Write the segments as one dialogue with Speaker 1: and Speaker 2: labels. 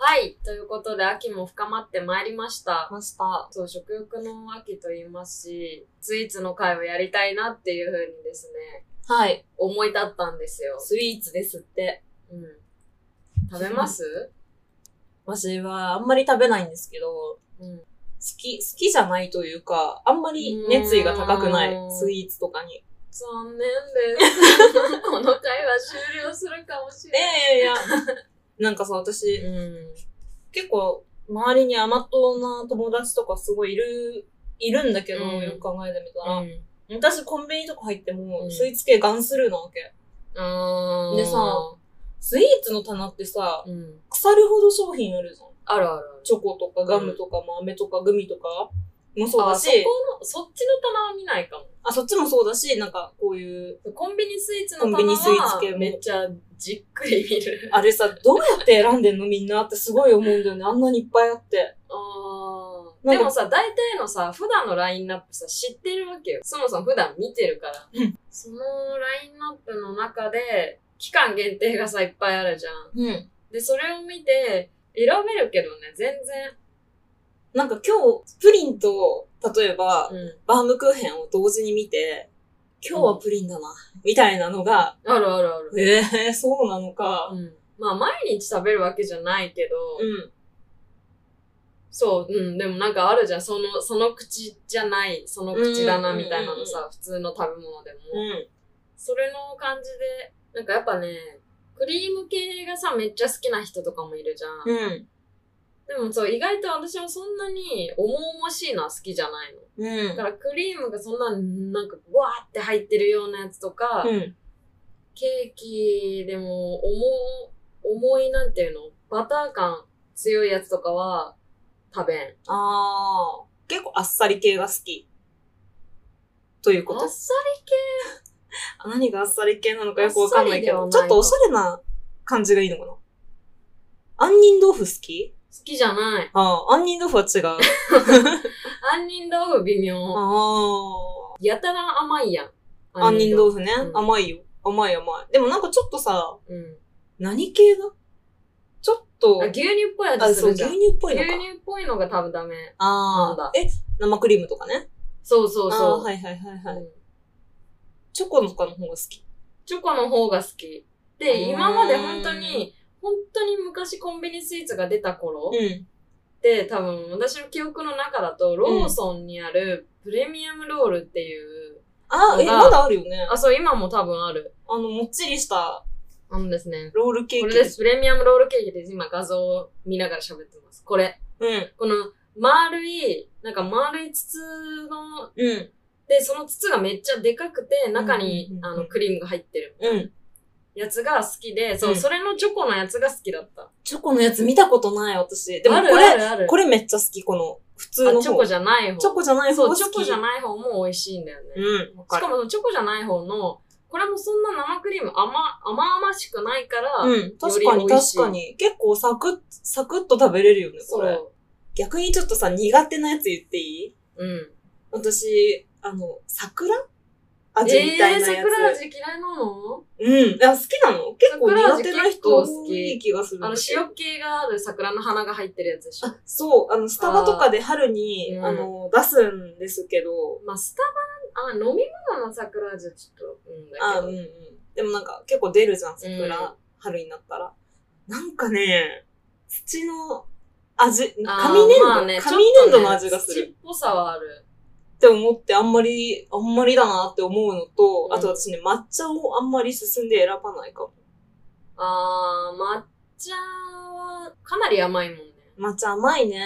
Speaker 1: はい。ということで、秋も深まってまいりました。
Speaker 2: ました。
Speaker 1: そう、食欲の秋と言いますし、スイーツの会をやりたいなっていうふうにですね、
Speaker 2: はい。
Speaker 1: 思い立ったんですよ。
Speaker 2: スイーツですって。
Speaker 1: うん。食べます
Speaker 2: 私はあんまり食べないんですけど、好
Speaker 1: うん。
Speaker 2: き、好きじゃないというか、あんまり熱意が高くないう
Speaker 1: ーん
Speaker 2: スイーツとかに。
Speaker 1: 残念です。この会は終了するかもし
Speaker 2: い
Speaker 1: れない。
Speaker 2: やいやい や。なんかさ、私、
Speaker 1: うん。
Speaker 2: 結構、周りに甘党な友達とかすごいいる、いるんだけど、
Speaker 1: うん
Speaker 2: よく考えてみたら、
Speaker 1: うん
Speaker 2: 私コンビニとか入っても、
Speaker 1: うん
Speaker 2: スイーツ系ガンスルーなわけ。
Speaker 1: あー
Speaker 2: でさ、スイーツの棚ってさ、
Speaker 1: うん。
Speaker 2: 腐るほど商品あるじゃん。
Speaker 1: あるあるある。
Speaker 2: チョコとかガムとか、まあ飴とかグミとかもそう
Speaker 1: あ、
Speaker 2: だ
Speaker 1: そ
Speaker 2: し
Speaker 1: こ、の、そっちの棚は見ないかも。
Speaker 2: あ、そっちもそうだし、なんかこういう、
Speaker 1: コンビニスイーツの棚は
Speaker 2: コンビニスイーツ系も
Speaker 1: めっちゃじっくり見る。
Speaker 2: あれさ、どうやって選んでんのみんなってすごい思うんだよね。あんなにいっぱいあって。
Speaker 1: あー
Speaker 2: なん
Speaker 1: で
Speaker 2: か
Speaker 1: もさ、大体のさ、普段のラインナップさ、知ってるわけよ。そもそも普段見てるから。
Speaker 2: うん
Speaker 1: そのラインナップの中で、期間限定がさ、いっぱいあるじゃん。
Speaker 2: うん。
Speaker 1: で、それを見て、選べるけどね、全然。
Speaker 2: なんか今日、プリンと、例えば、
Speaker 1: う
Speaker 2: バームクーヘンを同時に見て、今日はプリンだな、みたいなのが、
Speaker 1: ん。あるあるある。
Speaker 2: えー、そうなのか。
Speaker 1: うん。まあ、毎日食べるわけじゃないけど、
Speaker 2: うん。
Speaker 1: そう、うん、でもなんかあるじゃん。その、その口じゃない、その口だな、
Speaker 2: うん
Speaker 1: みたいなの
Speaker 2: う
Speaker 1: さ、普通の食べ物でも。
Speaker 2: うん。
Speaker 1: それの感じで、なんかやっぱね、クリーム系がさ、めっちゃ好きな人とかもいるじゃん。
Speaker 2: うん。
Speaker 1: でもそう、意外と私もそんなに重々しいのは好きじゃないの。
Speaker 2: うん
Speaker 1: だからクリームがそんな、なんか、わーって入ってるようなやつとか、
Speaker 2: うん。
Speaker 1: ケーキでも、重、重いなんていうの、バター感強いやつとかは、食べん。
Speaker 2: あー。結構あっさり系が好き。というこ
Speaker 1: あ
Speaker 2: と
Speaker 1: っ
Speaker 2: です。
Speaker 1: さ
Speaker 2: 何があっさり系なのかよくわかんないけ
Speaker 1: あ
Speaker 2: ど、
Speaker 1: っ
Speaker 2: ち
Speaker 1: さ
Speaker 2: ょっ
Speaker 1: りではない
Speaker 2: とおしゃれな感じがいいのかな。杏仁豆腐好き
Speaker 1: り好きじゃない。
Speaker 2: ああ、杏仁豆腐は違 う。
Speaker 1: 杏仁豆腐微妙。
Speaker 2: あ
Speaker 1: やたら甘いやん。
Speaker 2: あ。杏仁豆腐ね、
Speaker 1: うん
Speaker 2: 甘いよ。甘い甘い。でもなんかちょっとさ、
Speaker 1: 腐。うん。
Speaker 2: 何系だちょっと
Speaker 1: あ、、牛乳っぽい
Speaker 2: あ、
Speaker 1: 味す
Speaker 2: そう、
Speaker 1: る
Speaker 2: 牛
Speaker 1: じゃん。
Speaker 2: 乳っぽい
Speaker 1: 牛
Speaker 2: のか。
Speaker 1: 乳っぽいのが多分ダメ。
Speaker 2: あ
Speaker 1: な
Speaker 2: あ
Speaker 1: んだ。
Speaker 2: え、生クリームとかね。
Speaker 1: そうそう
Speaker 2: あ
Speaker 1: そ
Speaker 2: あ
Speaker 1: う。
Speaker 2: ー、はいはいはいはい。
Speaker 1: うん
Speaker 2: チョコのとかの方が好き。
Speaker 1: チョコの方が好き。
Speaker 2: うー
Speaker 1: で、
Speaker 2: ん
Speaker 1: 今まで本当に、本当に昔コンビニスイーツが出た頃
Speaker 2: うん。
Speaker 1: で、多分私の記憶の中だと、ローソンにあるプレミアムロールっていう、
Speaker 2: ああ、え、
Speaker 1: のが
Speaker 2: まだあるよね。
Speaker 1: あ、そう、今も多分ある。
Speaker 2: あの、もっちりした
Speaker 1: あのですね。
Speaker 2: ロールケーキ。
Speaker 1: これです。プレミアムロールケーキです。今画像を見ながら喋ってます。これ。
Speaker 2: うん。
Speaker 1: この丸い、なんか丸い筒の、
Speaker 2: うん。
Speaker 1: で、その筒がめっちゃでかくて、中に
Speaker 2: うんうん、うん
Speaker 1: あの、クリームが入ってる
Speaker 2: うん。
Speaker 1: やつが好きで、そう、
Speaker 2: うん
Speaker 1: それのチョコのやつが好きだった。
Speaker 2: チョコのやつ見たことない、私。でも
Speaker 1: あ
Speaker 2: こ
Speaker 1: るあ
Speaker 2: れ、
Speaker 1: るある。
Speaker 2: これめっちゃ好き、この、普通の
Speaker 1: あ
Speaker 2: 方。
Speaker 1: チョコじゃない方。
Speaker 2: チョコじゃない方
Speaker 1: そ
Speaker 2: が好
Speaker 1: う、
Speaker 2: き。
Speaker 1: チョコじゃない方も美味しいんだよね。
Speaker 2: うん。わか
Speaker 1: し
Speaker 2: る
Speaker 1: か。も、チョコじゃない方の、これもそんな生クリーム甘、甘々しくないから、
Speaker 2: うん。確か
Speaker 1: より
Speaker 2: に、
Speaker 1: 美味し
Speaker 2: 確
Speaker 1: い
Speaker 2: かに。結構サクッ、サクッと食べれるよね、こ
Speaker 1: そ
Speaker 2: れ。
Speaker 1: う。
Speaker 2: 逆にちょっとさ、苦手なやつ言っていい
Speaker 1: うん。
Speaker 2: 私、あの、桜味
Speaker 1: え
Speaker 2: みたい
Speaker 1: ー、
Speaker 2: なや
Speaker 1: 桜
Speaker 2: つ。
Speaker 1: 味嫌いなの
Speaker 2: うん。いや、好きなの結構
Speaker 1: 桜味
Speaker 2: 苦手な人
Speaker 1: 結構好
Speaker 2: 多
Speaker 1: き
Speaker 2: い気がするん
Speaker 1: あ
Speaker 2: だ
Speaker 1: の、
Speaker 2: けど。
Speaker 1: 塩っ気がある桜の花が入ってるやつでしょ
Speaker 2: あ、そう、あの、スタバとかで春に、
Speaker 1: あー
Speaker 2: あの、出すんですけど、
Speaker 1: まあ、スタバ、あ、飲み物の桜味はちょっと、うんだ
Speaker 2: あ、
Speaker 1: け
Speaker 2: う
Speaker 1: ど
Speaker 2: んう。ん。でもなんか、結構出るじゃん、
Speaker 1: う
Speaker 2: 桜
Speaker 1: ん、
Speaker 2: 春になったら。なんかね、土の味、紙
Speaker 1: あー
Speaker 2: 粘
Speaker 1: まあ
Speaker 2: 土、
Speaker 1: ね
Speaker 2: 紙
Speaker 1: ちょ
Speaker 2: 粘
Speaker 1: っと
Speaker 2: 土
Speaker 1: ね
Speaker 2: の味がする。
Speaker 1: 土っぽさはある。
Speaker 2: って思って、あんまり、あんまりだなって思うのと、
Speaker 1: うん
Speaker 2: あと私ね、抹茶をあんまり進んで選ばないかも。
Speaker 1: あー、抹茶は、かなり甘いもんね。
Speaker 2: 抹茶甘いね。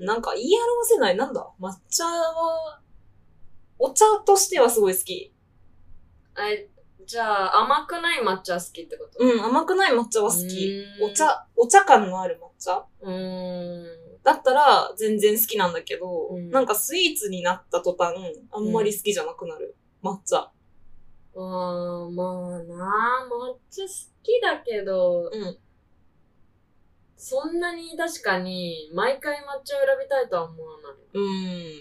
Speaker 1: うん。
Speaker 2: なんか言い表せない。なんだ抹茶は、お茶としてはすごい好き。
Speaker 1: あれじゃあ、甘くない抹茶好きってこと
Speaker 2: うん、甘くない抹茶は好き。
Speaker 1: うーん
Speaker 2: お。茶、お茶感のある抹茶
Speaker 1: うーん。
Speaker 2: だったら全然好きなんだけど、
Speaker 1: うん
Speaker 2: なんかスイーツになった途端、あんまり好きじゃなくなる。抹茶。
Speaker 1: あー、まあな抹茶好きだけど、
Speaker 2: うん。
Speaker 1: そんなに確かに、毎回抹茶を選びたいとは思わな
Speaker 2: うー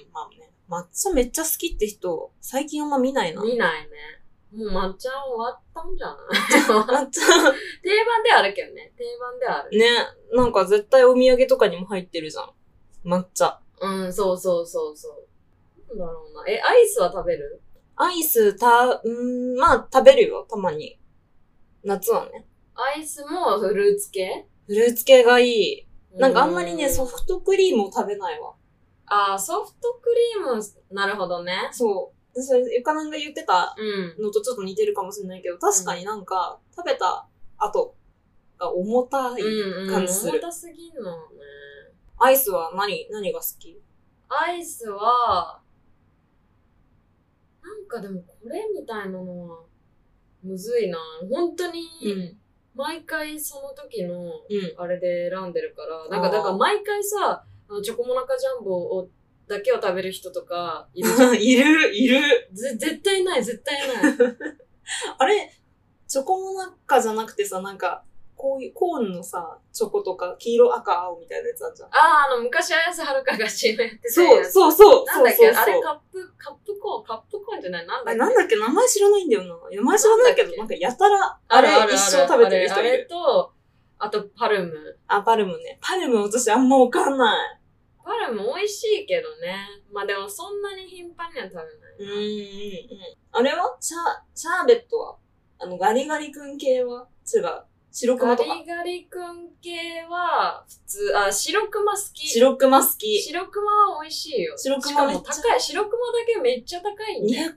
Speaker 2: ん、まあね。抹茶めっちゃ好きって人、最近あんま見ないな。
Speaker 1: い。見ないね。もう抹茶終わったんじゃない
Speaker 2: 抹茶。
Speaker 1: 定番ではあるけどね。定番ではある。
Speaker 2: ね、なんか絶対お土産とかにも入ってるじゃん。抹茶。
Speaker 1: うん、そうそうそうそう。なんだろうな。え、アイスは食べる
Speaker 2: アイス、た、うんまあ食べるよ、たまに。夏はね。
Speaker 1: アイスもフルーツ系
Speaker 2: フルーツ系がいい。なんかあんまりね、ソフトクリームを食べないわ。
Speaker 1: ああ、ソフトクリーム、なるほどね。
Speaker 2: そう。それ、ゆかなんが言ってた
Speaker 1: うん。
Speaker 2: のとちょっと似てるかもしれないけど、確かになんか、食べた後が重たい。
Speaker 1: うん、うん。
Speaker 2: 感じする
Speaker 1: 重たすぎんのね。
Speaker 2: アイスは何、何が好き
Speaker 1: アイスは、なんかでもこれみたいなのは、むずいな。本当に、
Speaker 2: ん。
Speaker 1: 毎回その時の、
Speaker 2: うん。
Speaker 1: あれで選んでるから、
Speaker 2: ー
Speaker 1: なんかだから毎回さ、あのチョコモナカジャンボをだけを食べる人とかい るじゃん
Speaker 2: いる、いる。
Speaker 1: ぜ絶対ない、絶対ない。
Speaker 2: あれ、チョコモナカじゃなくてさ、なんか、こういう、コーンのさ、チョコとか、黄色、赤、青みたいなやつあるじゃん。
Speaker 1: ああ、あの、昔綾瀬はるかが CM やってた
Speaker 2: そ
Speaker 1: や
Speaker 2: う、
Speaker 1: つ。
Speaker 2: そう、そう、
Speaker 1: な
Speaker 2: そ
Speaker 1: ん
Speaker 2: う、
Speaker 1: だっけ
Speaker 2: そう。
Speaker 1: あれ
Speaker 2: そう
Speaker 1: カップ、カップコーン、カップコーンじゃないなんだ
Speaker 2: あれ
Speaker 1: っけ
Speaker 2: なんだっけ名前知らないんだよな。名前知らないけど、なんかやたら、あれ一生食べてる人
Speaker 1: あ
Speaker 2: い
Speaker 1: れあれ
Speaker 2: る。
Speaker 1: と、あとパルム。
Speaker 2: あ、パルムね。パルム私あんまわかんない。
Speaker 1: パルム美味しいけどね。まあでもそんなに頻繁には食べない。
Speaker 2: うんうんうん。あれはシャシャーベットはあの、ガリガリ君系は違う。白熊
Speaker 1: ガ
Speaker 2: とか。
Speaker 1: リガリ君系は、普通、あ、白熊好き。
Speaker 2: 白熊好き。
Speaker 1: 白熊は美味しいよ。
Speaker 2: 白
Speaker 1: し
Speaker 2: 熊
Speaker 1: か
Speaker 2: めっ
Speaker 1: も
Speaker 2: ちゃ
Speaker 1: 高い。白熊だけめっちゃ高いんだよ。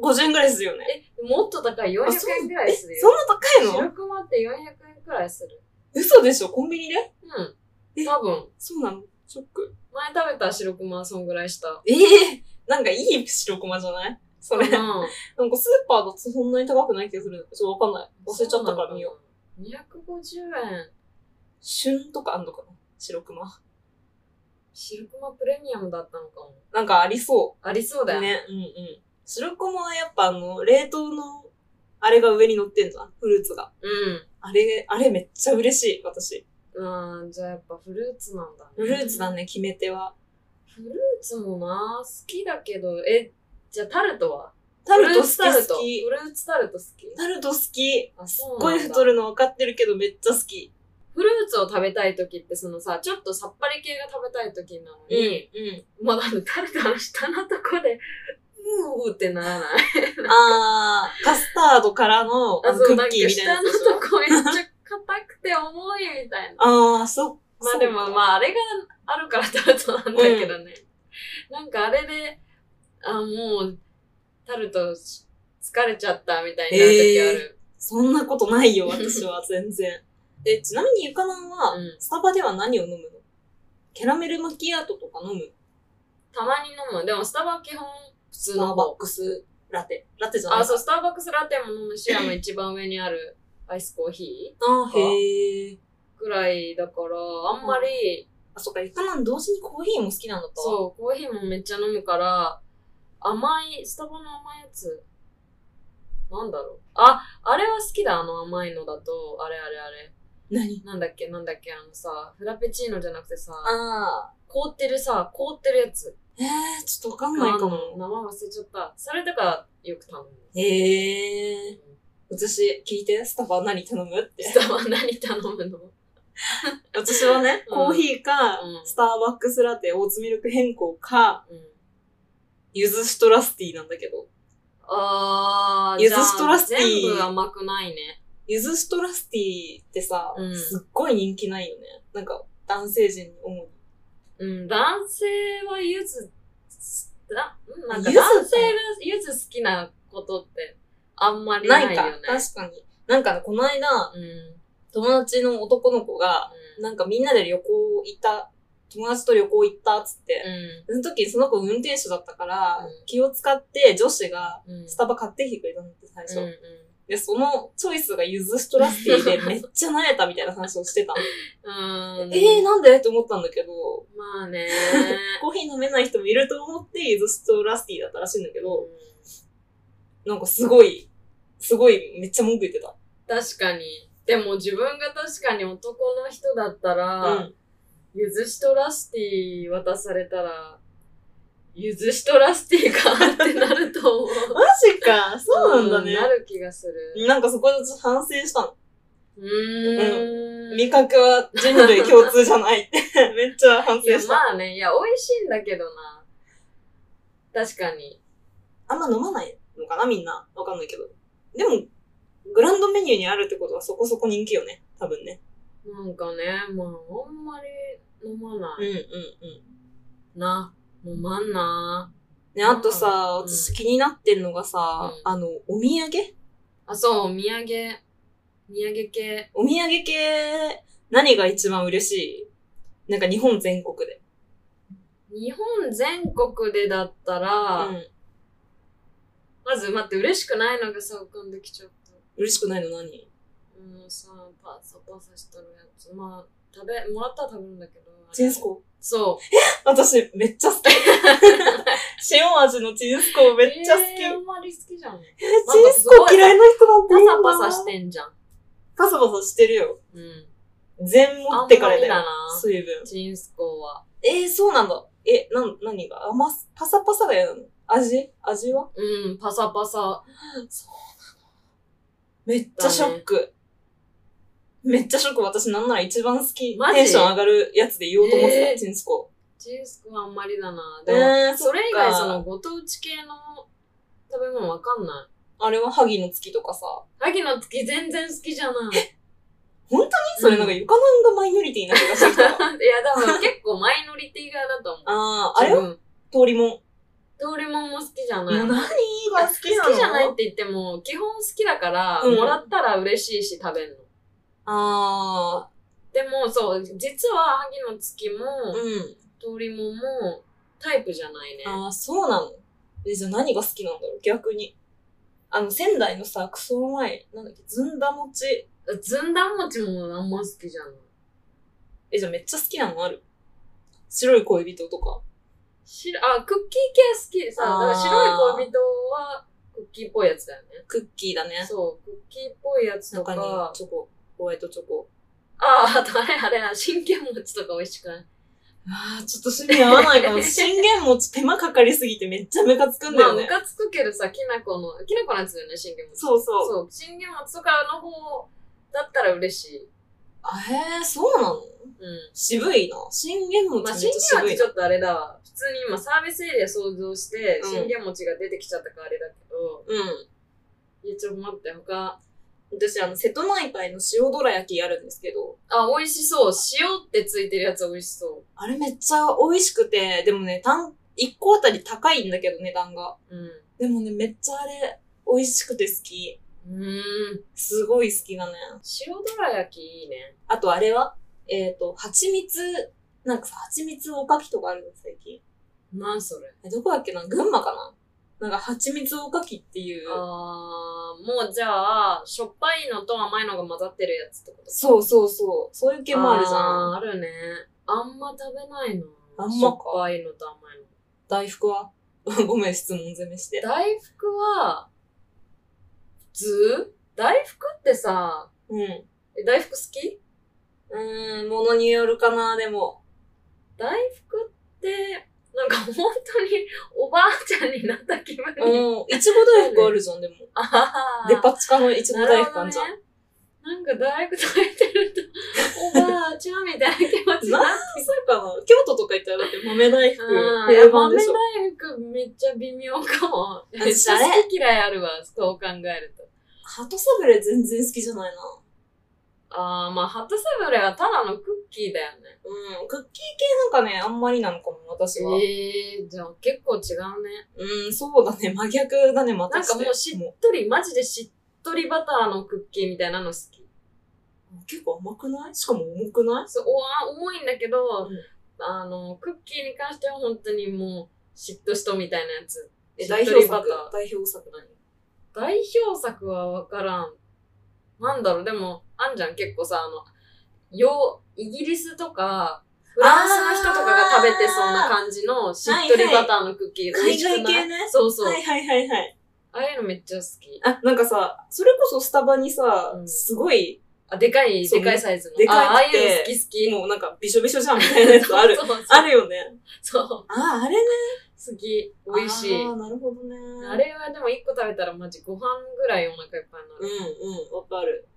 Speaker 2: 250円ぐらいするよね。
Speaker 1: え、もっと高い。400
Speaker 2: あそう
Speaker 1: 円くらいする
Speaker 2: そん
Speaker 1: よ。
Speaker 2: な高いの
Speaker 1: 白熊って400円くらいする。
Speaker 2: 嘘でしょコンビニで
Speaker 1: うん。
Speaker 2: え
Speaker 1: 多分。
Speaker 2: そうなのショック。
Speaker 1: 前食べた白熊はそんぐらいした。
Speaker 2: ええなんかいい白熊じゃないそれ。
Speaker 1: うん
Speaker 2: なんかスーパーだとそんなに高くない気がする。ちょっとわかんない。 忘れちゃったから見よう。
Speaker 1: う。250円。
Speaker 2: 旬とかあんのかな白熊。
Speaker 1: 白熊プレミアムだったのかも。
Speaker 2: なんかありそう。
Speaker 1: ありそうだよね。
Speaker 2: ね。うんうん。白子もやっぱあの、冷凍の、あれが上に乗ってんじゃん。フルーツが。あれ、あれめっちゃ嬉しい、私。
Speaker 1: うん。うん、じゃあやっぱフルーツなんだね。
Speaker 2: フルーツだ
Speaker 1: ね。
Speaker 2: ね、決め手は。
Speaker 1: フルーツもな、好きだけど、え、じゃあタルトは
Speaker 2: タルト好
Speaker 1: フーツ
Speaker 2: き
Speaker 1: タ
Speaker 2: 好き
Speaker 1: フ。ルーツタルト好き
Speaker 2: タルト好き。
Speaker 1: あ、そう
Speaker 2: 声
Speaker 1: なんだ
Speaker 2: 太るの分かってるけどめっちゃ好き。
Speaker 1: フルーツを食べたい時って、そのさ、ちょっとさっぱり系が食べたい時な
Speaker 2: う
Speaker 1: の
Speaker 2: ん。う
Speaker 1: に、
Speaker 2: ん。
Speaker 1: まあ、タルトの下のとこで、うーうーってならない。
Speaker 2: あー、カスタードからのあのク
Speaker 1: な
Speaker 2: ッ
Speaker 1: んか
Speaker 2: キーみたいなや
Speaker 1: 下
Speaker 2: つ
Speaker 1: の
Speaker 2: でしょ。
Speaker 1: とこめっちゃ硬くて重いみたいな。
Speaker 2: あー、そっ
Speaker 1: まあでも、まああれがあるからタルトなんだけどね。なんかあれで、あ、もう、タルトし疲れちゃったみたいになる時ある。
Speaker 2: そんなことない よ、私は、全然。え、ちなみにゆかなんは、
Speaker 1: うん
Speaker 2: スタバでは何を飲むのキャラメルマキアートとか飲む
Speaker 1: たまに飲む。でもスタバは基本普
Speaker 2: ス
Speaker 1: 通
Speaker 2: タ
Speaker 1: の
Speaker 2: ーバ
Speaker 1: 方
Speaker 2: ッ。クスラテ。ラテじゃない
Speaker 1: あ、そう、スターバックスラテも飲むし、あの一番上にあるアイスコーヒ
Speaker 2: あーへえ。
Speaker 1: ーぐらいだから、あんまり、
Speaker 2: あ、そっか、ゆかなん同時にコーヒーも好きなんだったわ。
Speaker 1: そう、コーヒーもめっちゃ飲むから、甘い、スタバの甘いやつ、なんだろう。あ、あれは好きだ、あの甘いのだと、あれあれあれ。
Speaker 2: 何
Speaker 1: なんだっけ、なんだっけ、あのさ、フラペチーノじゃなくてさ、
Speaker 2: あ
Speaker 1: 凍ってるさ、凍ってるやつ。
Speaker 2: ー。えー、ちょっとわかんない
Speaker 1: あ
Speaker 2: か
Speaker 1: の
Speaker 2: も。
Speaker 1: 名前忘れちゃった。それとか、よく頼む。
Speaker 2: へえ。私、聞いて、スタバ何頼むって。
Speaker 1: スタバ何頼むの
Speaker 2: 私はね、
Speaker 1: うん
Speaker 2: コーヒーか
Speaker 1: う、ん
Speaker 2: スターバックスラテ、オーツミルク変更か、
Speaker 1: うん
Speaker 2: ゆずストラスティなんだけど。
Speaker 1: あー、
Speaker 2: ゆずストラスティ
Speaker 1: じゃあ全部甘くないね。
Speaker 2: ゆずストラスティってさ、
Speaker 1: うん
Speaker 2: すっごい人気ないよね。なんか、男性陣に主に。
Speaker 1: うん、男性はゆず、ななんか
Speaker 2: 柚子
Speaker 1: 男性がゆず好きなことってあんまりな
Speaker 2: ないいか、
Speaker 1: よね。
Speaker 2: 確かに。なんかね、この間、
Speaker 1: うん。
Speaker 2: 友達の男の子が、
Speaker 1: うん。
Speaker 2: なんかみんなで旅行行った、友達と旅行行ったっつって、その時にその子運転手だったから、
Speaker 1: うん
Speaker 2: 気を使って女子が
Speaker 1: うん。うん。
Speaker 2: スタバ買ってきてくれたんだって最初。
Speaker 1: うんうん。
Speaker 2: で、そのチョイスがゆずストラスティでめっちゃ慣れたみたいな話をしてたの。
Speaker 1: うん。
Speaker 2: えー、なんでって思ったんだけど、
Speaker 1: まあ ね。
Speaker 2: コーヒー飲めない人もいると思ってゆずストラスティだったらしいんだけど、
Speaker 1: うん
Speaker 2: なんかすごい、すごいめっちゃ文句言ってた。
Speaker 1: 確かに。でも自分が確かに男の人だったら、
Speaker 2: うん。
Speaker 1: ゆずしとラスティ渡されたら、ゆずシトラスティかってなると思う。
Speaker 2: マジか。 そうなんだね。
Speaker 1: なる気がする。
Speaker 2: なんかそこで私反省したの。
Speaker 1: うーん。
Speaker 2: 味覚は人類共通じゃない って。めっちゃ反
Speaker 1: いや
Speaker 2: 省、した。
Speaker 1: まあね、いや、美味しいんだけどな。確かに。
Speaker 2: あんま飲まないのかなみんな。わかんないけど。でも、グランドメニューにあるってことはそこそこ人気よね。多分ね。
Speaker 1: なんかね、まあ、あんまり飲まな
Speaker 2: うん
Speaker 1: い。
Speaker 2: うんうん。
Speaker 1: な、飲まんな。
Speaker 2: ね、あとさ、
Speaker 1: うん
Speaker 2: 私気になってんのがさ、
Speaker 1: うん
Speaker 2: あの、お土産
Speaker 1: あ、そう、お土産。お土産系。
Speaker 2: お土産系、何が一番嬉しいなんか日本全国で。
Speaker 1: 日本全国でだった
Speaker 2: う
Speaker 1: ら、
Speaker 2: ん。
Speaker 1: まず待って、嬉しくないのがさ、浮かんできちゃった。
Speaker 2: 嬉しくないの何
Speaker 1: うん、さ、パサパサしたるやつ。まあ、食べ、もらったら食べるんだけど。あれ
Speaker 2: チンスコ
Speaker 1: そ
Speaker 2: 私、めっちゃ 好き。塩味のチンスコ
Speaker 1: う。
Speaker 2: めっちゃ好き。
Speaker 1: えーあんまり好きじゃん。
Speaker 2: えーチンスコ嫌いな人なんている
Speaker 1: パ
Speaker 2: んだ
Speaker 1: サパサしてんじゃん。
Speaker 2: パサパサしてるよ。
Speaker 1: うん。
Speaker 2: 全持ってかれたよ
Speaker 1: あんまりだな。
Speaker 2: 水分。
Speaker 1: チンスコは。
Speaker 2: えー、そうなんだ。え、なん、何が甘す、パサパサが嫌なの味味は
Speaker 1: うん、パサパサ。
Speaker 2: めっちゃショック。めっちゃショック。私なんなら一番好き。
Speaker 1: マジ
Speaker 2: テンション上がるやつで言おうと思ってた、
Speaker 1: えー
Speaker 2: チンスコ。
Speaker 1: チンスコはあんまりだな。
Speaker 2: え
Speaker 1: でも、
Speaker 2: ー
Speaker 1: それ以外
Speaker 2: っか
Speaker 1: そのご当地系の食べ物わかんない。
Speaker 2: あれは萩の月とかさ。
Speaker 1: 萩の月全然好きじゃない。
Speaker 2: それなんか床なんがマイノリティな気がしてきた。あ
Speaker 1: いや、だから結構マイノリティ側だと思う。
Speaker 2: あー、あれは
Speaker 1: 自分
Speaker 2: 通りも
Speaker 1: 通りもんも好きじゃ
Speaker 2: ん。
Speaker 1: ない。
Speaker 2: もう何が好きなの
Speaker 1: 好きじゃないって言っても、基本好きだから、
Speaker 2: うん
Speaker 1: もらったら嬉しいし食べるの。
Speaker 2: あ
Speaker 1: でも、そう、実は萩の月も、
Speaker 2: あ、うん。
Speaker 1: 通りもんもタイプじゃないね。
Speaker 2: ああ、そうなの。え、じゃあ何が好きなんだろう逆に。あの、仙台のさ、クソうまい、なんだっけ、ずんだ餅。
Speaker 1: ずんだ餅もあんま好きじゃない。
Speaker 2: え、じゃあめっちゃ好きなのある白い恋人とか。
Speaker 1: しあ、クッキー系好き。さ、だ
Speaker 2: あー
Speaker 1: から白い恋人はクッキーっぽいやつだよね。
Speaker 2: クッキーだね。
Speaker 1: そう、クッキーっぽいやつと
Speaker 2: 中
Speaker 1: か、
Speaker 2: に
Speaker 1: あ
Speaker 2: チョコ、ホワイトチョコ。
Speaker 1: あー、あとあれあれ、真剣餅とか美味しくない
Speaker 2: ああ、ちょっと趣味合わない かも。信玄餅手間かかりすぎてめっちゃムカつくんだ
Speaker 1: まあ、
Speaker 2: よ
Speaker 1: ム
Speaker 2: ね。
Speaker 1: カつくけどさ、きなこの、きなこなんですよね、真剣餅。
Speaker 2: そうそう。
Speaker 1: そう、信玄餅とかの方だったら嬉しい。
Speaker 2: あへえ、そうなの
Speaker 1: う
Speaker 2: 渋いな。信玄
Speaker 1: ん。ま
Speaker 2: 餅め
Speaker 1: あ、
Speaker 2: っちゃ
Speaker 1: 信玄
Speaker 2: 渋
Speaker 1: 餅
Speaker 2: い
Speaker 1: ち
Speaker 2: な。
Speaker 1: ょっとあれだわ。普通に今サービスエリア想像して、
Speaker 2: うん
Speaker 1: 信玄餅が出てきちゃったからあれだけど、
Speaker 2: うん。
Speaker 1: いや、ちょっと待って、他。
Speaker 2: 私、あの、瀬戸内海の塩どら焼きやるんですけど、
Speaker 1: あ、美味しそう。塩ってついてるやつ美味しそ
Speaker 2: あれめっちゃ美味しくて、でもね、単、1個あたり高いんだけど、値段が。
Speaker 1: う。うん。
Speaker 2: でもね、めっちゃあれ、美味しくて好き。
Speaker 1: うーん。
Speaker 2: すごい好きだね。
Speaker 1: 塩どら焼きいいね。
Speaker 2: あと、あれはえっ、と、蜂蜜、なんかさ、蜂蜜おかきとかあるの、最近。
Speaker 1: なんそれ。
Speaker 2: え、どこだっけな群馬かななんか、蜂蜜おかきっていう。
Speaker 1: あー、もうじゃあ、しょっぱいのと甘いのが混ざってるやつってこと
Speaker 2: そうそうそう。そういう系もあるじゃん。
Speaker 1: あーあるね。あんま食べないの。
Speaker 2: あんまか
Speaker 1: しょっぱいのと甘いの。
Speaker 2: 大福は ごめん、質問攻めして。
Speaker 1: 大福は、図大福ってさ、
Speaker 2: うん。
Speaker 1: え大福好き
Speaker 2: うーん、ものによるかな、でも。
Speaker 1: 大福って、なんか本当におばあちゃんになった気分
Speaker 2: う
Speaker 1: に。
Speaker 2: ん、いちご大福あるじゃん、でも。
Speaker 1: あはは
Speaker 2: デパ地下のいちご大福あ
Speaker 1: なるほど
Speaker 2: るじゃん。
Speaker 1: ねなんか大福食べてると、おばあちゃんみたいな気持ちになって
Speaker 2: そうかな京都とか行ったらだって豆大福
Speaker 1: うん
Speaker 2: 定番でしょ。
Speaker 1: 豆大福めっちゃ微妙かも。めっ
Speaker 2: 私
Speaker 1: ちゃ
Speaker 2: あれ
Speaker 1: 好き嫌いあるわ、そう考えると。
Speaker 2: 鳩サブレ全然好きじゃないな。
Speaker 1: あー、まあ、ハトサブレはただのクッキーだよね。
Speaker 2: うん、クッキー系なんかね、あんまりなのかも、私は。
Speaker 1: えー、じゃあ結構違うね。
Speaker 2: うん、そうだね、 真逆だね、また
Speaker 1: なんかもうしっとり、マジでしっとりバターのクッキーみたいなの好き。
Speaker 2: もう結構甘くないしかも重くない
Speaker 1: そう、おわ重いんだけど、
Speaker 2: うん
Speaker 1: あの、クッキーに関しては本当にもう、しっとしとみたいなやつ。
Speaker 2: え、
Speaker 1: しっ
Speaker 2: 代
Speaker 1: と
Speaker 2: 表
Speaker 1: りバ
Speaker 2: 作
Speaker 1: ター。
Speaker 2: 代表作何
Speaker 1: 代表作はわからん。なんだろう、でも、あんじゃん、結構さ、あの、よう、イギリスとか、フランスの人とかが食べてそうな感じのしっとりバターのクッキー。
Speaker 2: はいはい
Speaker 1: 美味しくない
Speaker 2: 海外系ね
Speaker 1: そうそう。
Speaker 2: はいはいはいはい。
Speaker 1: ああいうのめっちゃ好き。
Speaker 2: あ、なんかさ、それこそスタバにさ、
Speaker 1: うん
Speaker 2: すごい
Speaker 1: あ、でかい、
Speaker 2: そう
Speaker 1: でかいサイズの。
Speaker 2: でかい
Speaker 1: あ、ああい
Speaker 2: くて
Speaker 1: うの好き好き。
Speaker 2: もうなんか、びしょびしょじゃんみたいなやつあ る。
Speaker 1: そうそう
Speaker 2: あるよね。
Speaker 1: そう。
Speaker 2: あ、あれね。
Speaker 1: 好き。美味しい。
Speaker 2: あーなるほどね。
Speaker 1: あれはでも一個食べたらマジご飯ぐらいお腹いっぱいにな
Speaker 2: うん
Speaker 1: る。
Speaker 2: うん、わかる。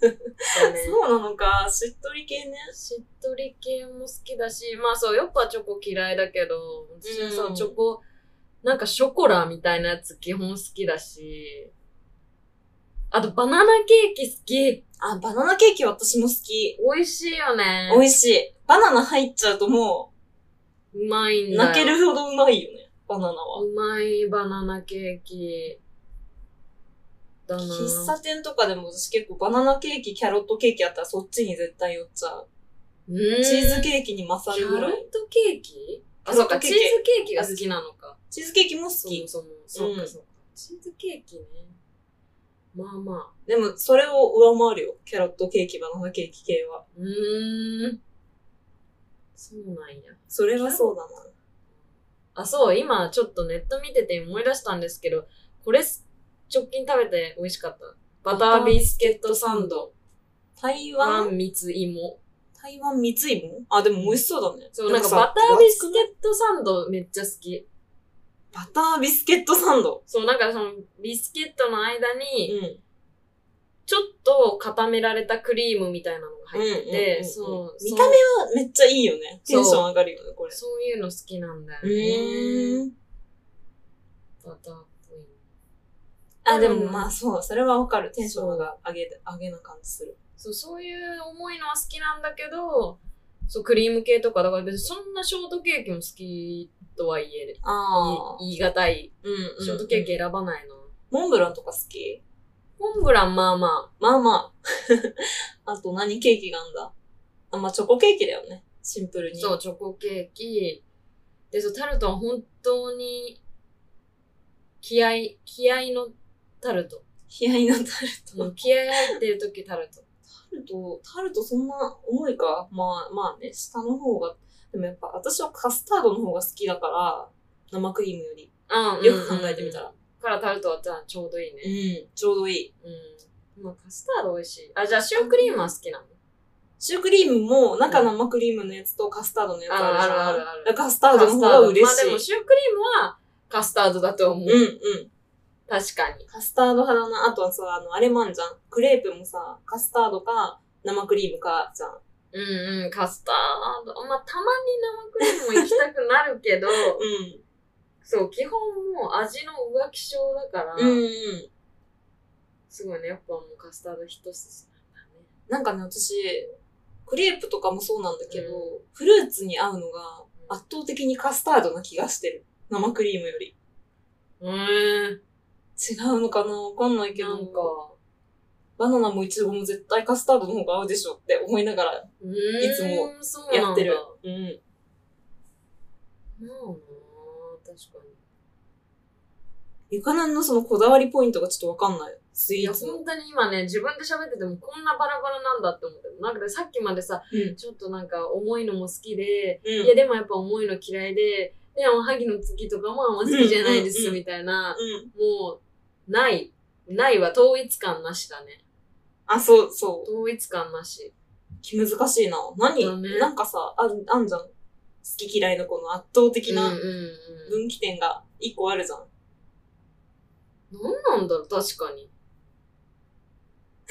Speaker 1: そうね。
Speaker 2: そうなのか、しっとり系ね。
Speaker 1: しっとり系も好きだし、まあそう、やっぱチョコ嫌いだけど、私はさ、
Speaker 2: うん
Speaker 1: チョコ、なんかショコラみたいなやつ基本好きだし、あとバナナケーキ好き。
Speaker 2: あ、バナナケーキ私も好き。
Speaker 1: 美味しいよね。
Speaker 2: 美味しい。バナナ入っちゃうとも
Speaker 1: うまいん
Speaker 2: う、
Speaker 1: だよ。
Speaker 2: 泣けるほどうまいよね。バナナは。
Speaker 1: うまいバナナケーキ。だな
Speaker 2: 喫茶店とかでも私結構バナナケーキ、キャロットケーキあったらそっちに絶対寄っちゃう。
Speaker 1: うーん
Speaker 2: チーズケーキに勝
Speaker 1: キ
Speaker 2: る
Speaker 1: ャ
Speaker 2: ぐ
Speaker 1: ロ
Speaker 2: ら
Speaker 1: ッ
Speaker 2: い。
Speaker 1: トケーキあ、
Speaker 2: キャ
Speaker 1: そ
Speaker 2: ロッ
Speaker 1: う
Speaker 2: ト
Speaker 1: か、
Speaker 2: ケ
Speaker 1: チ
Speaker 2: ー
Speaker 1: ー
Speaker 2: キ
Speaker 1: ズケーキが好きなのか。
Speaker 2: チーズケーキも好き。
Speaker 1: そもそも。そう
Speaker 2: う
Speaker 1: か、
Speaker 2: ん
Speaker 1: そうか。チーズケーキね。まあまあ。
Speaker 2: でも、それを上回るよ。キャロットケーキ、バナナケーキ系は。
Speaker 1: うーん。そうなんや。
Speaker 2: それはそうだな。
Speaker 1: あ、そう、今ちょっとネット見てて思い出したんですけど、これす、直近食べて美味しかった。バタービスケットサンド。
Speaker 2: 台
Speaker 1: ワ
Speaker 2: 湾、
Speaker 1: ン蜜芋。
Speaker 2: 台湾蜜芋あ、でも美味しそうだね。
Speaker 1: そう、なんか
Speaker 2: さ
Speaker 1: バタービスケットサンドめっちゃ好き。
Speaker 2: バタービスケットサンド。
Speaker 1: そう、なんかその、ビスケットの間に、
Speaker 2: ん。
Speaker 1: ちょっと固められたクリームみたいなのが入っ
Speaker 2: うんうんうん
Speaker 1: て
Speaker 2: う
Speaker 1: て、
Speaker 2: ん
Speaker 1: そう。
Speaker 2: 見た目
Speaker 1: は
Speaker 2: めっちゃいいよね。テンション上がるよね、これ。
Speaker 1: そういうの好きなんだよ
Speaker 2: う
Speaker 1: ね。
Speaker 2: ーん。
Speaker 1: バターっぽい。
Speaker 2: あ、で
Speaker 1: う
Speaker 2: も
Speaker 1: ん
Speaker 2: まあそう、それはわかる。テンションが上げ、上げな感じする。
Speaker 1: そう、そういう重いのは好きなんだけど、そう、クリーム系とか、だから別にそんなショートケーキも好きとはいえ、
Speaker 2: ああ。
Speaker 1: 言い言い難い。
Speaker 2: うんうん。
Speaker 1: ショートケーキ選ばないの。
Speaker 2: モンブランとか好き
Speaker 1: モンブラン、まあま
Speaker 2: まあまあ。あ と何ケーキがあんだあ、まあチョコケーキだよね。シンプル
Speaker 1: あ、
Speaker 2: に。
Speaker 1: そう、。チョコケーキ。で、そう、タルトは本当に、気合い、気合いのタルト。
Speaker 2: 冷やいのタルト。
Speaker 1: うん気合い入ってる時タルト。
Speaker 2: タルト、タルトそんな重いかまあまあね、下の方が。でもやっぱ私はカスタードの方が好きだから、生クリームより。
Speaker 1: うん
Speaker 2: よく考えてみた。
Speaker 1: うん
Speaker 2: ら。
Speaker 1: からタルトはじゃあちょうどいいね。
Speaker 2: ん、ちょうどいい。
Speaker 1: うん。まあ、カスタード美味しい。あ、じゃあシュークリームは好きなの
Speaker 2: シュークリームも中生クリームのやつとカスタードのやつあるじゃん。
Speaker 1: ああるあるある
Speaker 2: だからカスタードの方が嬉
Speaker 1: まあでも
Speaker 2: しい。
Speaker 1: シュークリームはカスタードだと思う。
Speaker 2: うんうん。
Speaker 1: 確かに。
Speaker 2: カスタード派だな。あとはさ、あの、あれもあんじゃん。クレープもさ、カスタードか生クリームかじゃん。
Speaker 1: うんうん、カスタード。まあたまに生クリームも行きたくな るけど、
Speaker 2: うん。
Speaker 1: そう、基本もう味の浮気症だから、
Speaker 2: うんうん。
Speaker 1: すごいね、やっぱもうカスタード一筋なんだね。
Speaker 2: なんかね、私、クレープとかもそうなんだけど、
Speaker 1: う
Speaker 2: フルーツに合うのが圧倒的にカスタードな気がしてる。生クリームより。
Speaker 1: うーん。
Speaker 2: 違うのかなわかんないけど。
Speaker 1: なんか、
Speaker 2: バナナもイチゴも絶対カスタードの方が合うでしょって思いながら
Speaker 1: うーん
Speaker 2: いつも
Speaker 1: そうなんだ
Speaker 2: やってる。うん。
Speaker 1: まあな確かに。
Speaker 2: ゆかなんのそのこだわりポイントがちょっとわかんない。ス
Speaker 1: い
Speaker 2: イ
Speaker 1: や、
Speaker 2: ーツの。
Speaker 1: 本当に今ね、自分で喋っててもこんなバラバラなんだって思ってる。なんかねさっきまでさ、
Speaker 2: うん
Speaker 1: ちょっとなんか重いのも好きで、
Speaker 2: うん
Speaker 1: いや、でもやっぱ重いの嫌いで、でも、萩の月とかもあんま好きじゃな
Speaker 2: う
Speaker 1: いで
Speaker 2: んうん
Speaker 1: す、
Speaker 2: うん
Speaker 1: みたいな。
Speaker 2: うん。
Speaker 1: もう、ない。ないは統一感なしだね。
Speaker 2: あ、そう、そ
Speaker 1: 統一感なし。
Speaker 2: う。気難しいな。何、
Speaker 1: だね
Speaker 2: なんかさ、あん、あんじゃん。好き嫌いのこの圧倒的
Speaker 1: うん
Speaker 2: な
Speaker 1: うんうん。
Speaker 2: 分岐点が一個あるじゃん。
Speaker 1: 何なんだろう、確かに。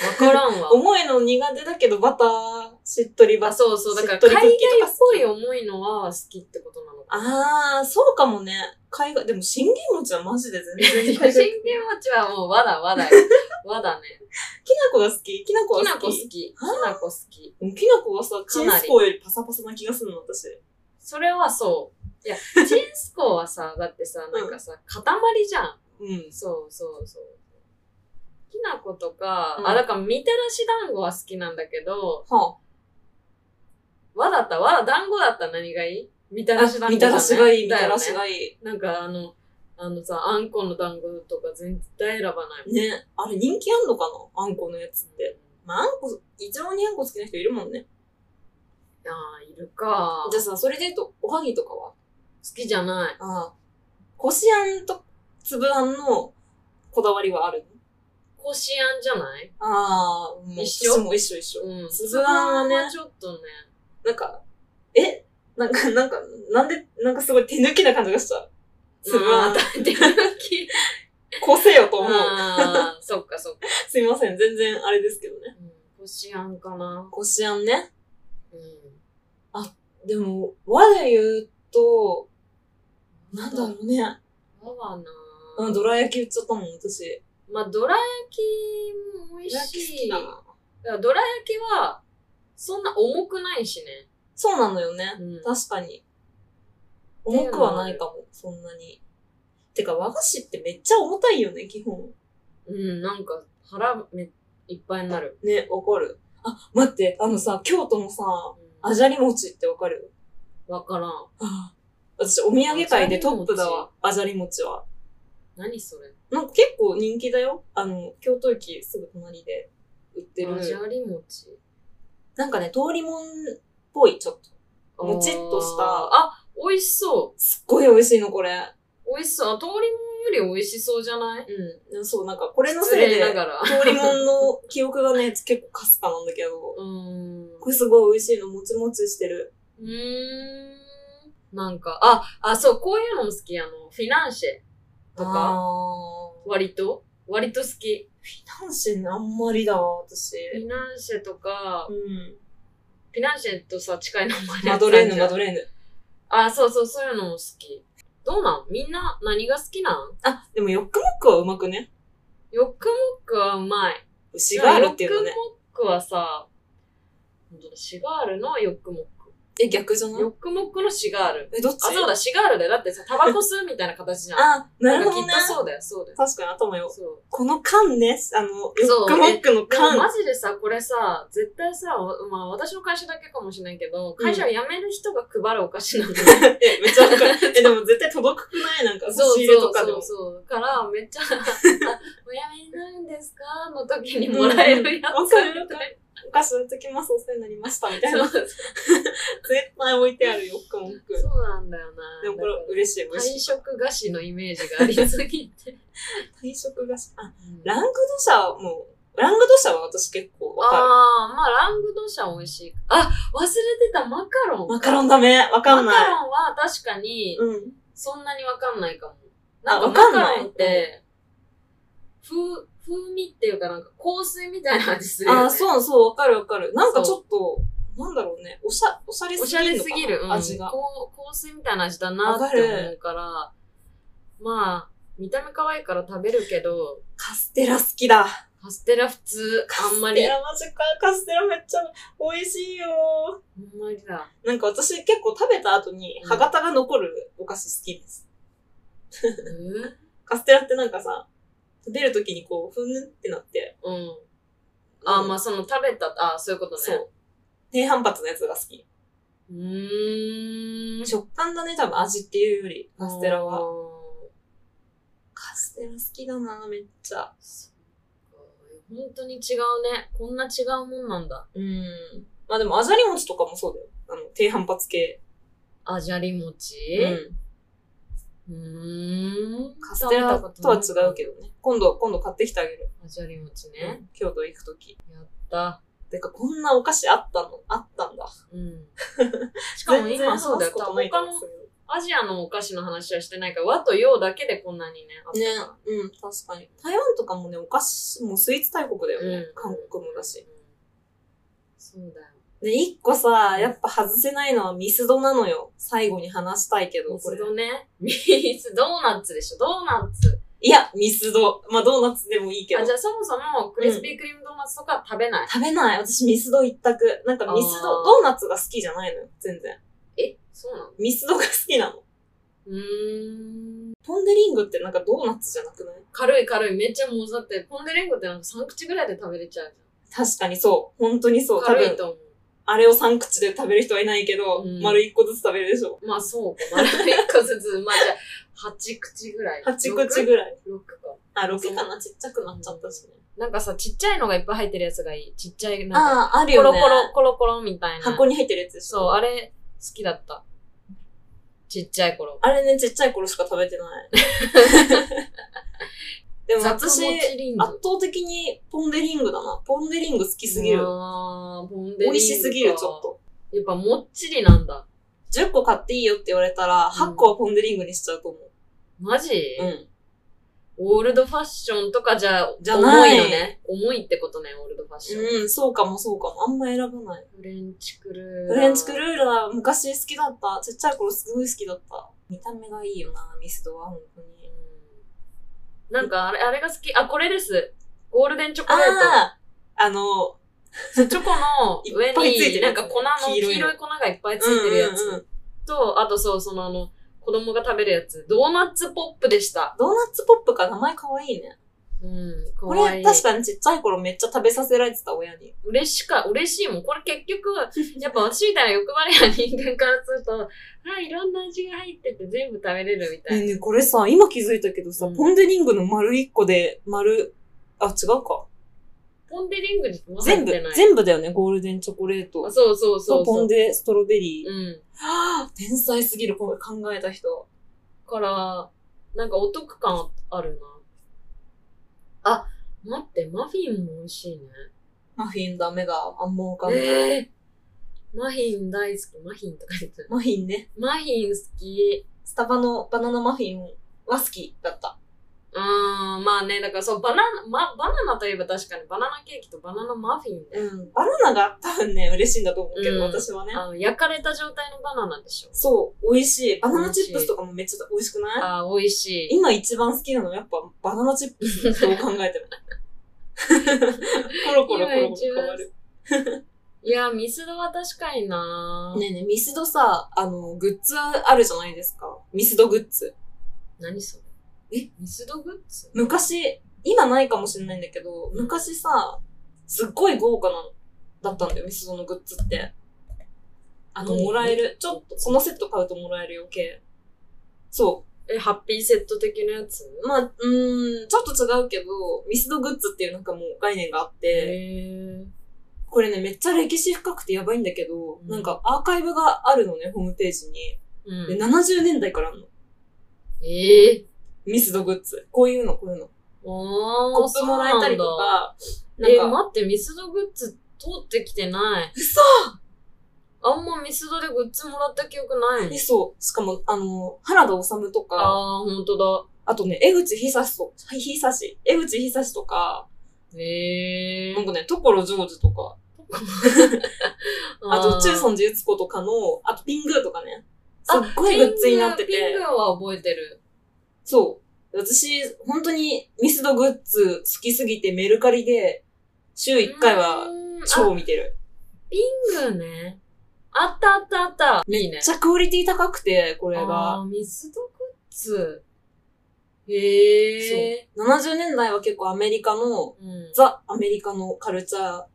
Speaker 1: わからん わ。
Speaker 2: 重いの苦手だけど、バター、しっとりバ
Speaker 1: あ、
Speaker 2: ター。
Speaker 1: そうそう。だか
Speaker 2: し
Speaker 1: ら、
Speaker 2: っと
Speaker 1: 海
Speaker 2: りクッ
Speaker 1: 外
Speaker 2: キ
Speaker 1: っ
Speaker 2: ーとか好
Speaker 1: ぽ
Speaker 2: き
Speaker 1: い重いのは好きってことな のかな。
Speaker 2: あー、そうかもね。海外、でも信玄餅はマジで全然
Speaker 1: 信
Speaker 2: 苦 手。きな
Speaker 1: 玄餅はもう和だ、和だよ。和だね。
Speaker 2: 粉が好ききな粉は
Speaker 1: きな
Speaker 2: 好
Speaker 1: こ好
Speaker 2: き
Speaker 1: き。きなこ好き。
Speaker 2: でもきな粉はさ、チ
Speaker 1: か
Speaker 2: ン
Speaker 1: なり
Speaker 2: スコーよりパサパサな気がするの、私。
Speaker 1: それはそう。いや、チンスコーはさ、だってさ、なんかさ、塊じゃん。
Speaker 2: うん。
Speaker 1: そうそうそう。きな粉とか、
Speaker 2: うん
Speaker 1: あ、だからみたらし団子は好きなんだけど、
Speaker 2: は
Speaker 1: 和だった、和だ、団子だったら何がいいみた
Speaker 2: あ
Speaker 1: らし団子
Speaker 2: みたらしがいい、み
Speaker 1: だ
Speaker 2: た
Speaker 1: よね
Speaker 2: らしがいい。
Speaker 1: なんかあの、あのさ、あんこの団子とか絶対選ばないもん。
Speaker 2: ね、あれ人気あんのかなあんこのやつって。まあ、あんこ、異常にあんこ好きな人いるもんね。
Speaker 1: ああ、いるか。
Speaker 2: じゃあさ、それで言うと、おはぎとかは
Speaker 1: 好きじゃない。
Speaker 2: ああ。こしあんと粒あんのこだわりはある
Speaker 1: ここしあんじゃない
Speaker 2: ああ、もう
Speaker 1: 一緒
Speaker 2: 私も一緒一緒。
Speaker 1: うん。
Speaker 2: つぶあんはね
Speaker 1: ちょっとね。
Speaker 2: なんか、えなんか、なんか、なんで、なんかすごい手抜きな感じがした。つぶあん、
Speaker 1: だ
Speaker 2: こ
Speaker 1: って、手抜き。
Speaker 2: せよと思う。
Speaker 1: ああ、そっかそっか。
Speaker 2: すいません、全然あれですけどね。
Speaker 1: うんこしあんかな。
Speaker 2: こしあんね。
Speaker 1: うん。
Speaker 2: でも、和で言うと、なんだろうね。
Speaker 1: 和はな。
Speaker 2: うん、どら焼き売っちゃったもん、私。
Speaker 1: まあ、どら焼きも美味しい。だか。らどら焼きは、そんな重くないしね。
Speaker 2: そうなのよね。
Speaker 1: うん
Speaker 2: 確かに。重くはないかも、そんなに。てか、和菓子ってめっちゃ重たいよね、基本。
Speaker 1: うん、なんか腹めいっぱいになる。
Speaker 2: ね、わかる。あ、待って、あのさ、京都のさ、
Speaker 1: うん
Speaker 2: あじゃり餅ってわかる
Speaker 1: わからん。
Speaker 2: あ私、お土産会でトップだわ、あじゃり餅は。
Speaker 1: 何それ
Speaker 2: なんか結構人気だよ。あの、京都駅すぐ隣で売ってる
Speaker 1: あ。じゃり餅。
Speaker 2: なんかね、通りもんっぽい、ちょっと。もちっとした
Speaker 1: あー、あ美味しそ
Speaker 2: すっごい美味しいの、これ。
Speaker 1: う。美味しそう。あ通りもんより美味しそうじゃない
Speaker 2: うん。そう、なんか、これの
Speaker 1: 失
Speaker 2: せい
Speaker 1: 礼
Speaker 2: で、
Speaker 1: ながら。
Speaker 2: 通りもんの記憶がね、結構かすかなんだけど、
Speaker 1: うーん。
Speaker 2: これすごい美味しいの、もちもちしてる。
Speaker 1: うーん。なんか、あ、あ、そう、こういうのも好き。あの、フィナンシェ
Speaker 2: と
Speaker 1: とか、
Speaker 2: か、
Speaker 1: 割と、割と好き。
Speaker 2: 男子ね、あんまりだわ、私。
Speaker 1: フィナンシェとか、
Speaker 2: うん。
Speaker 1: フィナンシェとさ、近い名前でや
Speaker 2: マ
Speaker 1: って
Speaker 2: ド
Speaker 1: た
Speaker 2: レ
Speaker 1: ん
Speaker 2: ー
Speaker 1: じゃ
Speaker 2: ヌ、
Speaker 1: ん
Speaker 2: マドレーヌ。
Speaker 1: あ、そうそう、そういうのも好き。どうなんみんな何が好きなん
Speaker 2: あ、でも、ヨックモックはうまくね。
Speaker 1: ヨックモックはうまい。
Speaker 2: 牛があるっていうの
Speaker 1: ヨ
Speaker 2: ね。
Speaker 1: ックモックはさ、本当だ、シガールのヨックモック。
Speaker 2: え、逆じゃない
Speaker 1: ヨックモックのシガール。
Speaker 2: え、どっち
Speaker 1: あ、そうだ、シガールだよ。だってさ、タバコ吸うみたいな形じゃん。
Speaker 2: あ、なるほ
Speaker 1: ん
Speaker 2: ど
Speaker 1: か
Speaker 2: ね
Speaker 1: きっ。とそうだよ、そうだよ。
Speaker 2: 確かに頭よ。
Speaker 1: そう。
Speaker 2: この缶ね、あの、ヨ
Speaker 1: そう
Speaker 2: ックモックの
Speaker 1: でも
Speaker 2: 缶。
Speaker 1: マジでさ、これさ、絶対さ、わまあ私の会社だけかもしれないけど、会社を辞める人が配るお菓子なんだよ。
Speaker 2: え、めっちゃわかる。え、でも絶対届くくないなんか、差
Speaker 1: そう
Speaker 2: し入れとかで
Speaker 1: そ
Speaker 2: も
Speaker 1: う。そう。から、めっ ちゃ、あおやめになるんですかの時にもらえるや
Speaker 2: うんわ
Speaker 1: つ
Speaker 2: かる
Speaker 1: みたい
Speaker 2: お菓子置いときます、お世話になりました、みたい
Speaker 1: な。
Speaker 2: な。
Speaker 1: そう
Speaker 2: 絶対置いてあるよ、ヨックモック。
Speaker 1: そうなんだよな。
Speaker 2: でもこれ
Speaker 1: だから
Speaker 2: 嬉しい、嬉しい。
Speaker 1: 配色菓子のイメージがありすぎて。
Speaker 2: 退職がし、あ、
Speaker 1: あ
Speaker 2: ラングドシャも、ラングドシャは私結構わか
Speaker 1: あー、まあラングドシャ美味しい。あ、忘れてた、マカロ
Speaker 2: る。
Speaker 1: ン。
Speaker 2: マカロンダメわかん
Speaker 1: マカ
Speaker 2: ない。
Speaker 1: ロンは確かに、
Speaker 2: うん。
Speaker 1: そんなにわかんないかも。
Speaker 2: あ
Speaker 1: なんか
Speaker 2: わかん
Speaker 1: マ
Speaker 2: ない
Speaker 1: カロンって、風、風味っていうかなんか香水みたいな味するよね。
Speaker 2: あー、そうそう、わかるわかる。なんかちょっと、なんだろうね、おしゃ、おしゃれす
Speaker 1: お
Speaker 2: ぎ
Speaker 1: し
Speaker 2: る
Speaker 1: ゃ
Speaker 2: のか
Speaker 1: れ
Speaker 2: な
Speaker 1: すぎる。うん、
Speaker 2: 味が。
Speaker 1: こう香水みたいな味だなって思うから、まあ、見た目可愛いから食べるけど、
Speaker 2: カステラ好きだ。
Speaker 1: カステラ普通、あんま
Speaker 2: カス
Speaker 1: り、
Speaker 2: テ
Speaker 1: あ
Speaker 2: ラマジか。カステラめっちゃ美味しいよ。
Speaker 1: んまり だ。
Speaker 2: なんか私結構食べた後に歯型が残るお菓子好きです。
Speaker 1: う
Speaker 2: カステラってなんかさ、食べるときにこう、ふんってなって。
Speaker 1: んうん。あ、まあその食べた、あ、そういうことね。
Speaker 2: そう。低反発のやつが好き。
Speaker 1: うーん。
Speaker 2: 食感だね、多分味っていうより、カステラは。
Speaker 1: あー。
Speaker 2: カステラ好きだな、めっちゃ。
Speaker 1: そっか本当に違うね。こんな違うもんなんだ。
Speaker 2: うん。まあでも、あざり餅とかもそうだよ。あの、低反発系。
Speaker 1: あじゃり餅
Speaker 2: うん。
Speaker 1: うーん。
Speaker 2: カステラとは違う
Speaker 1: ど。
Speaker 2: けどね。今度、今度買ってきてあげる。
Speaker 1: あじゃり餅ね。
Speaker 2: 京都行くとき。
Speaker 1: やった。
Speaker 2: てか、こんなお菓子あったのあったんだ。
Speaker 1: うん。しかも
Speaker 2: 全然
Speaker 1: 今そうだよ。
Speaker 2: 話すこと
Speaker 1: 多
Speaker 2: な
Speaker 1: 分
Speaker 2: い
Speaker 1: 他のアジアのお菓子の話はしてないから、和と洋だけでこんなにね、あっ
Speaker 2: ね。うん、確かに。台湾とかもね、お菓子、もうスイーツ大国だよね。
Speaker 1: うん
Speaker 2: 韓国もだ
Speaker 1: た
Speaker 2: し。
Speaker 1: そうだよ。
Speaker 2: で、一個さ、やっぱ外せないのはミスドなのよ。最後に話したいけど、
Speaker 1: ミ
Speaker 2: こ
Speaker 1: ス
Speaker 2: れ。
Speaker 1: ドね。ミスドーナツでしょ。ドーナツ。
Speaker 2: いや、ミスド。まあ、ドーナツでもいいけど
Speaker 1: あ、じ。ゃあそもそもクリスピークリームドーナツとかは食べない。
Speaker 2: 食べない。私、ミスド一択。なんかミス
Speaker 1: あ
Speaker 2: ド、ド
Speaker 1: ー
Speaker 2: ーナツが好きじゃないのよ。全然。
Speaker 1: えそうなの
Speaker 2: ミスドが好きなの。
Speaker 1: うーん。
Speaker 2: ポンデリングってなんかドーナツじゃなくない
Speaker 1: 軽い軽い。めっちゃもうだって、ポンデリンゴってなんか3口ぐらいで食べれちゃうじ
Speaker 2: 確かにそう。本当にそ
Speaker 1: ゃ
Speaker 2: う。
Speaker 1: ん。
Speaker 2: 多
Speaker 1: 軽い
Speaker 2: 分、
Speaker 1: と思う。
Speaker 2: あれを3口で食べる人はいないけど、
Speaker 1: うん
Speaker 2: 丸1個ずつ食べるでしょ。
Speaker 1: まあそうか。丸1個ずつ。まあじゃあ、8口ぐらい。
Speaker 2: 8口ぐらい。
Speaker 1: 6か。
Speaker 2: あ、6かなちっちゃくなっちゃったしね。
Speaker 1: なんかさ、ちっちゃいのがいっぱい入ってるやつがいい。ちっちゃい、なんか、
Speaker 2: ああ、ある
Speaker 1: コ
Speaker 2: よ
Speaker 1: ロ
Speaker 2: ね。
Speaker 1: コロ、コロコロみたいな。
Speaker 2: 箱に入ってるやつでしょ。
Speaker 1: そう、あれ、好きだった。ちっちゃい頃。
Speaker 2: あれね、ちっちゃい頃しか食べてない。でも私、
Speaker 1: 私、
Speaker 2: 圧
Speaker 1: リン
Speaker 2: 倒的にポンデリングだな。ポンデリング好きすぎる。
Speaker 1: あーポンデリング
Speaker 2: 美
Speaker 1: か
Speaker 2: 味しすぎる、ちょっ。と。
Speaker 1: やっぱもっちりなんだ。
Speaker 2: 10個買っていいよって言われたら、8個はポンデリングにしちゃうと思う。
Speaker 1: マジ、
Speaker 2: うん。
Speaker 1: オールドファッションとかじゃ、
Speaker 2: じゃない
Speaker 1: 重いのね。重いってことね、オールドファッション。
Speaker 2: うん、そうかもそうかも。あんま選ばない。
Speaker 1: フレンチクルーラ
Speaker 2: フ
Speaker 1: ー。
Speaker 2: レンチクルーラー、昔好きだった。ちっちゃい頃すごい好きだった。見た目がいいよな、ミスドは、本当に。
Speaker 1: うんなんか、あれ、あれが好き。あ、これです。ゴールデンチョコレー
Speaker 2: ああ、あの、
Speaker 1: ト。チョコの上
Speaker 2: いっぱいついて
Speaker 1: に、
Speaker 2: る
Speaker 1: な
Speaker 2: や
Speaker 1: ん
Speaker 2: つ
Speaker 1: か粉の
Speaker 2: 黄色
Speaker 1: 黄
Speaker 2: いの
Speaker 1: 色い粉がいっぱいついてるやつ。
Speaker 2: うんうんうん
Speaker 1: と、あとそう、そのあの、子供が食べるやつ。ドーナツポップでした。
Speaker 2: ドーナツポップか、名前かわいいね。
Speaker 1: うん。か
Speaker 2: こ
Speaker 1: わい
Speaker 2: れ
Speaker 1: い。
Speaker 2: 確かにちっちゃい頃めっちゃ食べさせられてた親に。
Speaker 1: 嬉しか、嬉しいもん。これ結局、やっぱ私みたいな欲張りな人間からすると、あ、いろんな味が入ってて全部食べれるみた
Speaker 2: ね
Speaker 1: い
Speaker 2: え
Speaker 1: な。
Speaker 2: ねえこれさ、今気づいたけどさ、
Speaker 1: うん
Speaker 2: ポンデリングの丸1個で、丸、あ、違うか。
Speaker 1: ポンデリングにも入
Speaker 2: 全
Speaker 1: っ
Speaker 2: 部
Speaker 1: てな、い。
Speaker 2: 全部だよね、ゴールデンチョコレー
Speaker 1: あ
Speaker 2: ト。
Speaker 1: そうそうそう
Speaker 2: とポ
Speaker 1: そ
Speaker 2: ン
Speaker 1: う。
Speaker 2: デストロベリー。
Speaker 1: うん。
Speaker 2: はぁ天才すぎる、これ考えた人。
Speaker 1: から、なんかお得感あるな。あ、待って、マフィンも美味しいね。
Speaker 2: マフィンダメだ、あんまわかんない。
Speaker 1: ええマフィン大好き。マフィンとか言ってる。
Speaker 2: マフィンね。
Speaker 1: マフィン好き。
Speaker 2: スタバのバナナマフィンは好きだった。
Speaker 1: うーん、まあね、だからそう、バナナ、ま、バナナといえば確かに、バナナケーキとバナナマフィンね。
Speaker 2: うん。バナナが多分ね、嬉しいんだと思うけど、
Speaker 1: うん
Speaker 2: 私はね。
Speaker 1: あの、焼かれた状態のバナナでしょ。
Speaker 2: そう、美味しい。バナナチップスとかもめっちゃ美味しくない
Speaker 1: あー、美味しい。
Speaker 2: 今一番好きなのやっぱバナナチップスどう考えても。 コロコロコロコロ変わる。
Speaker 1: いや、ミスドは確かにな、
Speaker 2: ねえねえ、ミスドさ、あの、グッズあるじゃないですか。ミスドグッズ。
Speaker 1: 何それえミスドグッズ
Speaker 2: 昔、今ないかもしれないんだけど、昔さ、すっごい豪華なの、だったんだよ、ミスドのグッズって。あの、
Speaker 1: 何
Speaker 2: もらえる。ちょっと、そのセット買うともらえる余計。そ
Speaker 1: え、ハッピーセット的なやつ
Speaker 2: う。まあ、うーん、ちょっと違うけど、ミスドグッズっていうなんかもう概念があって、
Speaker 1: へ
Speaker 2: これね、めっちゃ歴史深くてやばいんだけど、
Speaker 1: うん
Speaker 2: なんかアーカイブがあるのね、ホームページに。
Speaker 1: ー
Speaker 2: で、
Speaker 1: うん。
Speaker 2: 70年代からあるの。
Speaker 1: ええ
Speaker 2: ミスドグッズ。こういうの、こういうの。
Speaker 1: おー。
Speaker 2: コップもらえたりとか、なん
Speaker 1: え、
Speaker 2: か、
Speaker 1: 待って、ミスドグッズ通ってきてない。
Speaker 2: 嘘
Speaker 1: あんまミスドでグッズもらった記憶ない
Speaker 2: え、。そう。しかも、あの、原田治とか、あ
Speaker 1: あー、ほんとだ。
Speaker 2: とね、江口久志と、はい久志、江口久志とか、
Speaker 1: ええ
Speaker 2: なんかね、所ジョージとか、あと、中
Speaker 1: ん
Speaker 2: 尊寺悦子とかの、あと、ピングーとかね。すっごいグッズになって
Speaker 1: ピン
Speaker 2: て
Speaker 1: グ。は覚えてる。
Speaker 2: そう。私、本当にミスドグッズ好きすぎてメルカリで、週1回
Speaker 1: う
Speaker 2: は
Speaker 1: ーんあ
Speaker 2: 超見てる。
Speaker 1: ピングね。あったあったあった。いいね
Speaker 2: めっちゃクオリティ高くて、これ
Speaker 1: あ
Speaker 2: が。
Speaker 1: ーミスドグッズ。へえ。
Speaker 2: 70年代は結構アメリカの、
Speaker 1: うん
Speaker 2: ザ・アメリカのカルチャー。
Speaker 1: あ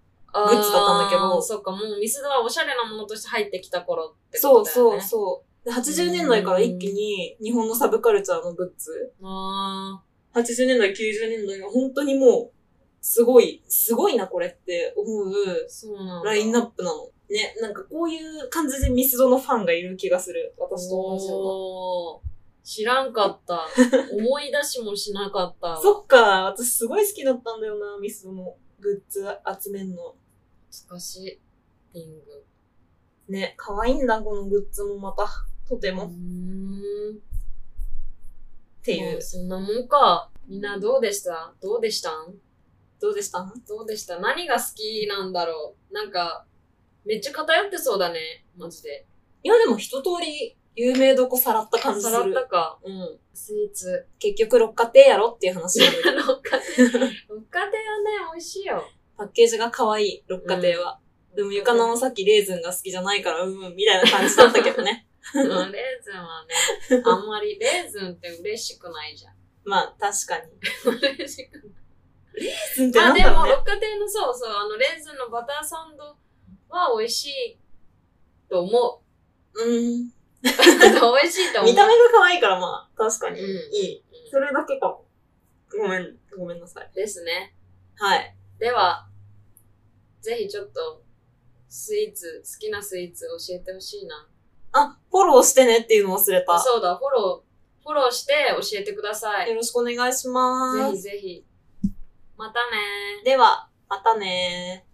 Speaker 1: ー
Speaker 2: グッズだったんだけど
Speaker 1: そっか、もうミスドはおしゃれなものとして入ってきた頃って
Speaker 2: そ
Speaker 1: こ
Speaker 2: う
Speaker 1: とだよ
Speaker 2: そ
Speaker 1: ね。
Speaker 2: うそう。で80年代から一気に日本のサブカルチャーのグッズ。
Speaker 1: う。あ
Speaker 2: 80年代、90年代は本当にもう、すごい、すごいなこれって思
Speaker 1: ー
Speaker 2: う
Speaker 1: そうなんだ。
Speaker 2: ラインナ
Speaker 1: ッ
Speaker 2: ップなの。ね、なんかこういう感じでミスドのファンがいる気がする。私と同じような。
Speaker 1: 知らんか った。思い出しもしなかったわ。
Speaker 2: そっか、私すごい好きだったんだよな、ミスドのグッズ集めんの。
Speaker 1: 懐かしい。ピング。
Speaker 2: ね、可愛いんだ、このグッズもまた、とても。
Speaker 1: うー
Speaker 2: っ
Speaker 1: ん。って
Speaker 2: いう。
Speaker 1: そんなもんか。みんなどうでしたどうでしたん
Speaker 2: どうでした
Speaker 1: どうでした何が好きなんだろうなんか、めっちゃ偏ってそうだね。マジで。
Speaker 2: いや、でも一通り有名どこさらった感じす
Speaker 1: さらっ
Speaker 2: る。
Speaker 1: たか。
Speaker 2: うん。
Speaker 1: スイーツ。
Speaker 2: 結局、六花亭やろっていう話 なんだけど
Speaker 1: 六花亭。六花亭はね、美味しいよ。
Speaker 2: パッケージが可愛い、六花亭は。でも、床のさっきレーズンが好きじゃないから、うんうん、みたいな感じだったけど ね。
Speaker 1: うん。レーズンはね、あんまり、レーズンって嬉しくないじゃん。
Speaker 2: まあ、確かに。
Speaker 1: 嬉しく
Speaker 2: レーズンって
Speaker 1: ない。
Speaker 2: な
Speaker 1: あ、
Speaker 2: ん
Speaker 1: で
Speaker 2: だろ
Speaker 1: も、
Speaker 2: うね。
Speaker 1: 六花亭のそうそう、あの、レーズンのバターサンドは美味しいと 思う。
Speaker 2: うん。
Speaker 1: 美味しいと思う。
Speaker 2: 見た目が可愛いから、まあ、確かに。
Speaker 1: うん
Speaker 2: いい。
Speaker 1: う
Speaker 2: それだけかも。ごめん、ごめんなさい。
Speaker 1: んですね。
Speaker 2: はい。
Speaker 1: では、ぜひちょっと、スイーツ、好きなスイーツ教えてほしいな。
Speaker 2: あ、フォローしてねっていうの忘れた。
Speaker 1: そうだ、フォロー、フォローして教えてください。
Speaker 2: よろしくお願いします。
Speaker 1: ぜひぜひ。またねー。
Speaker 2: では、またねー。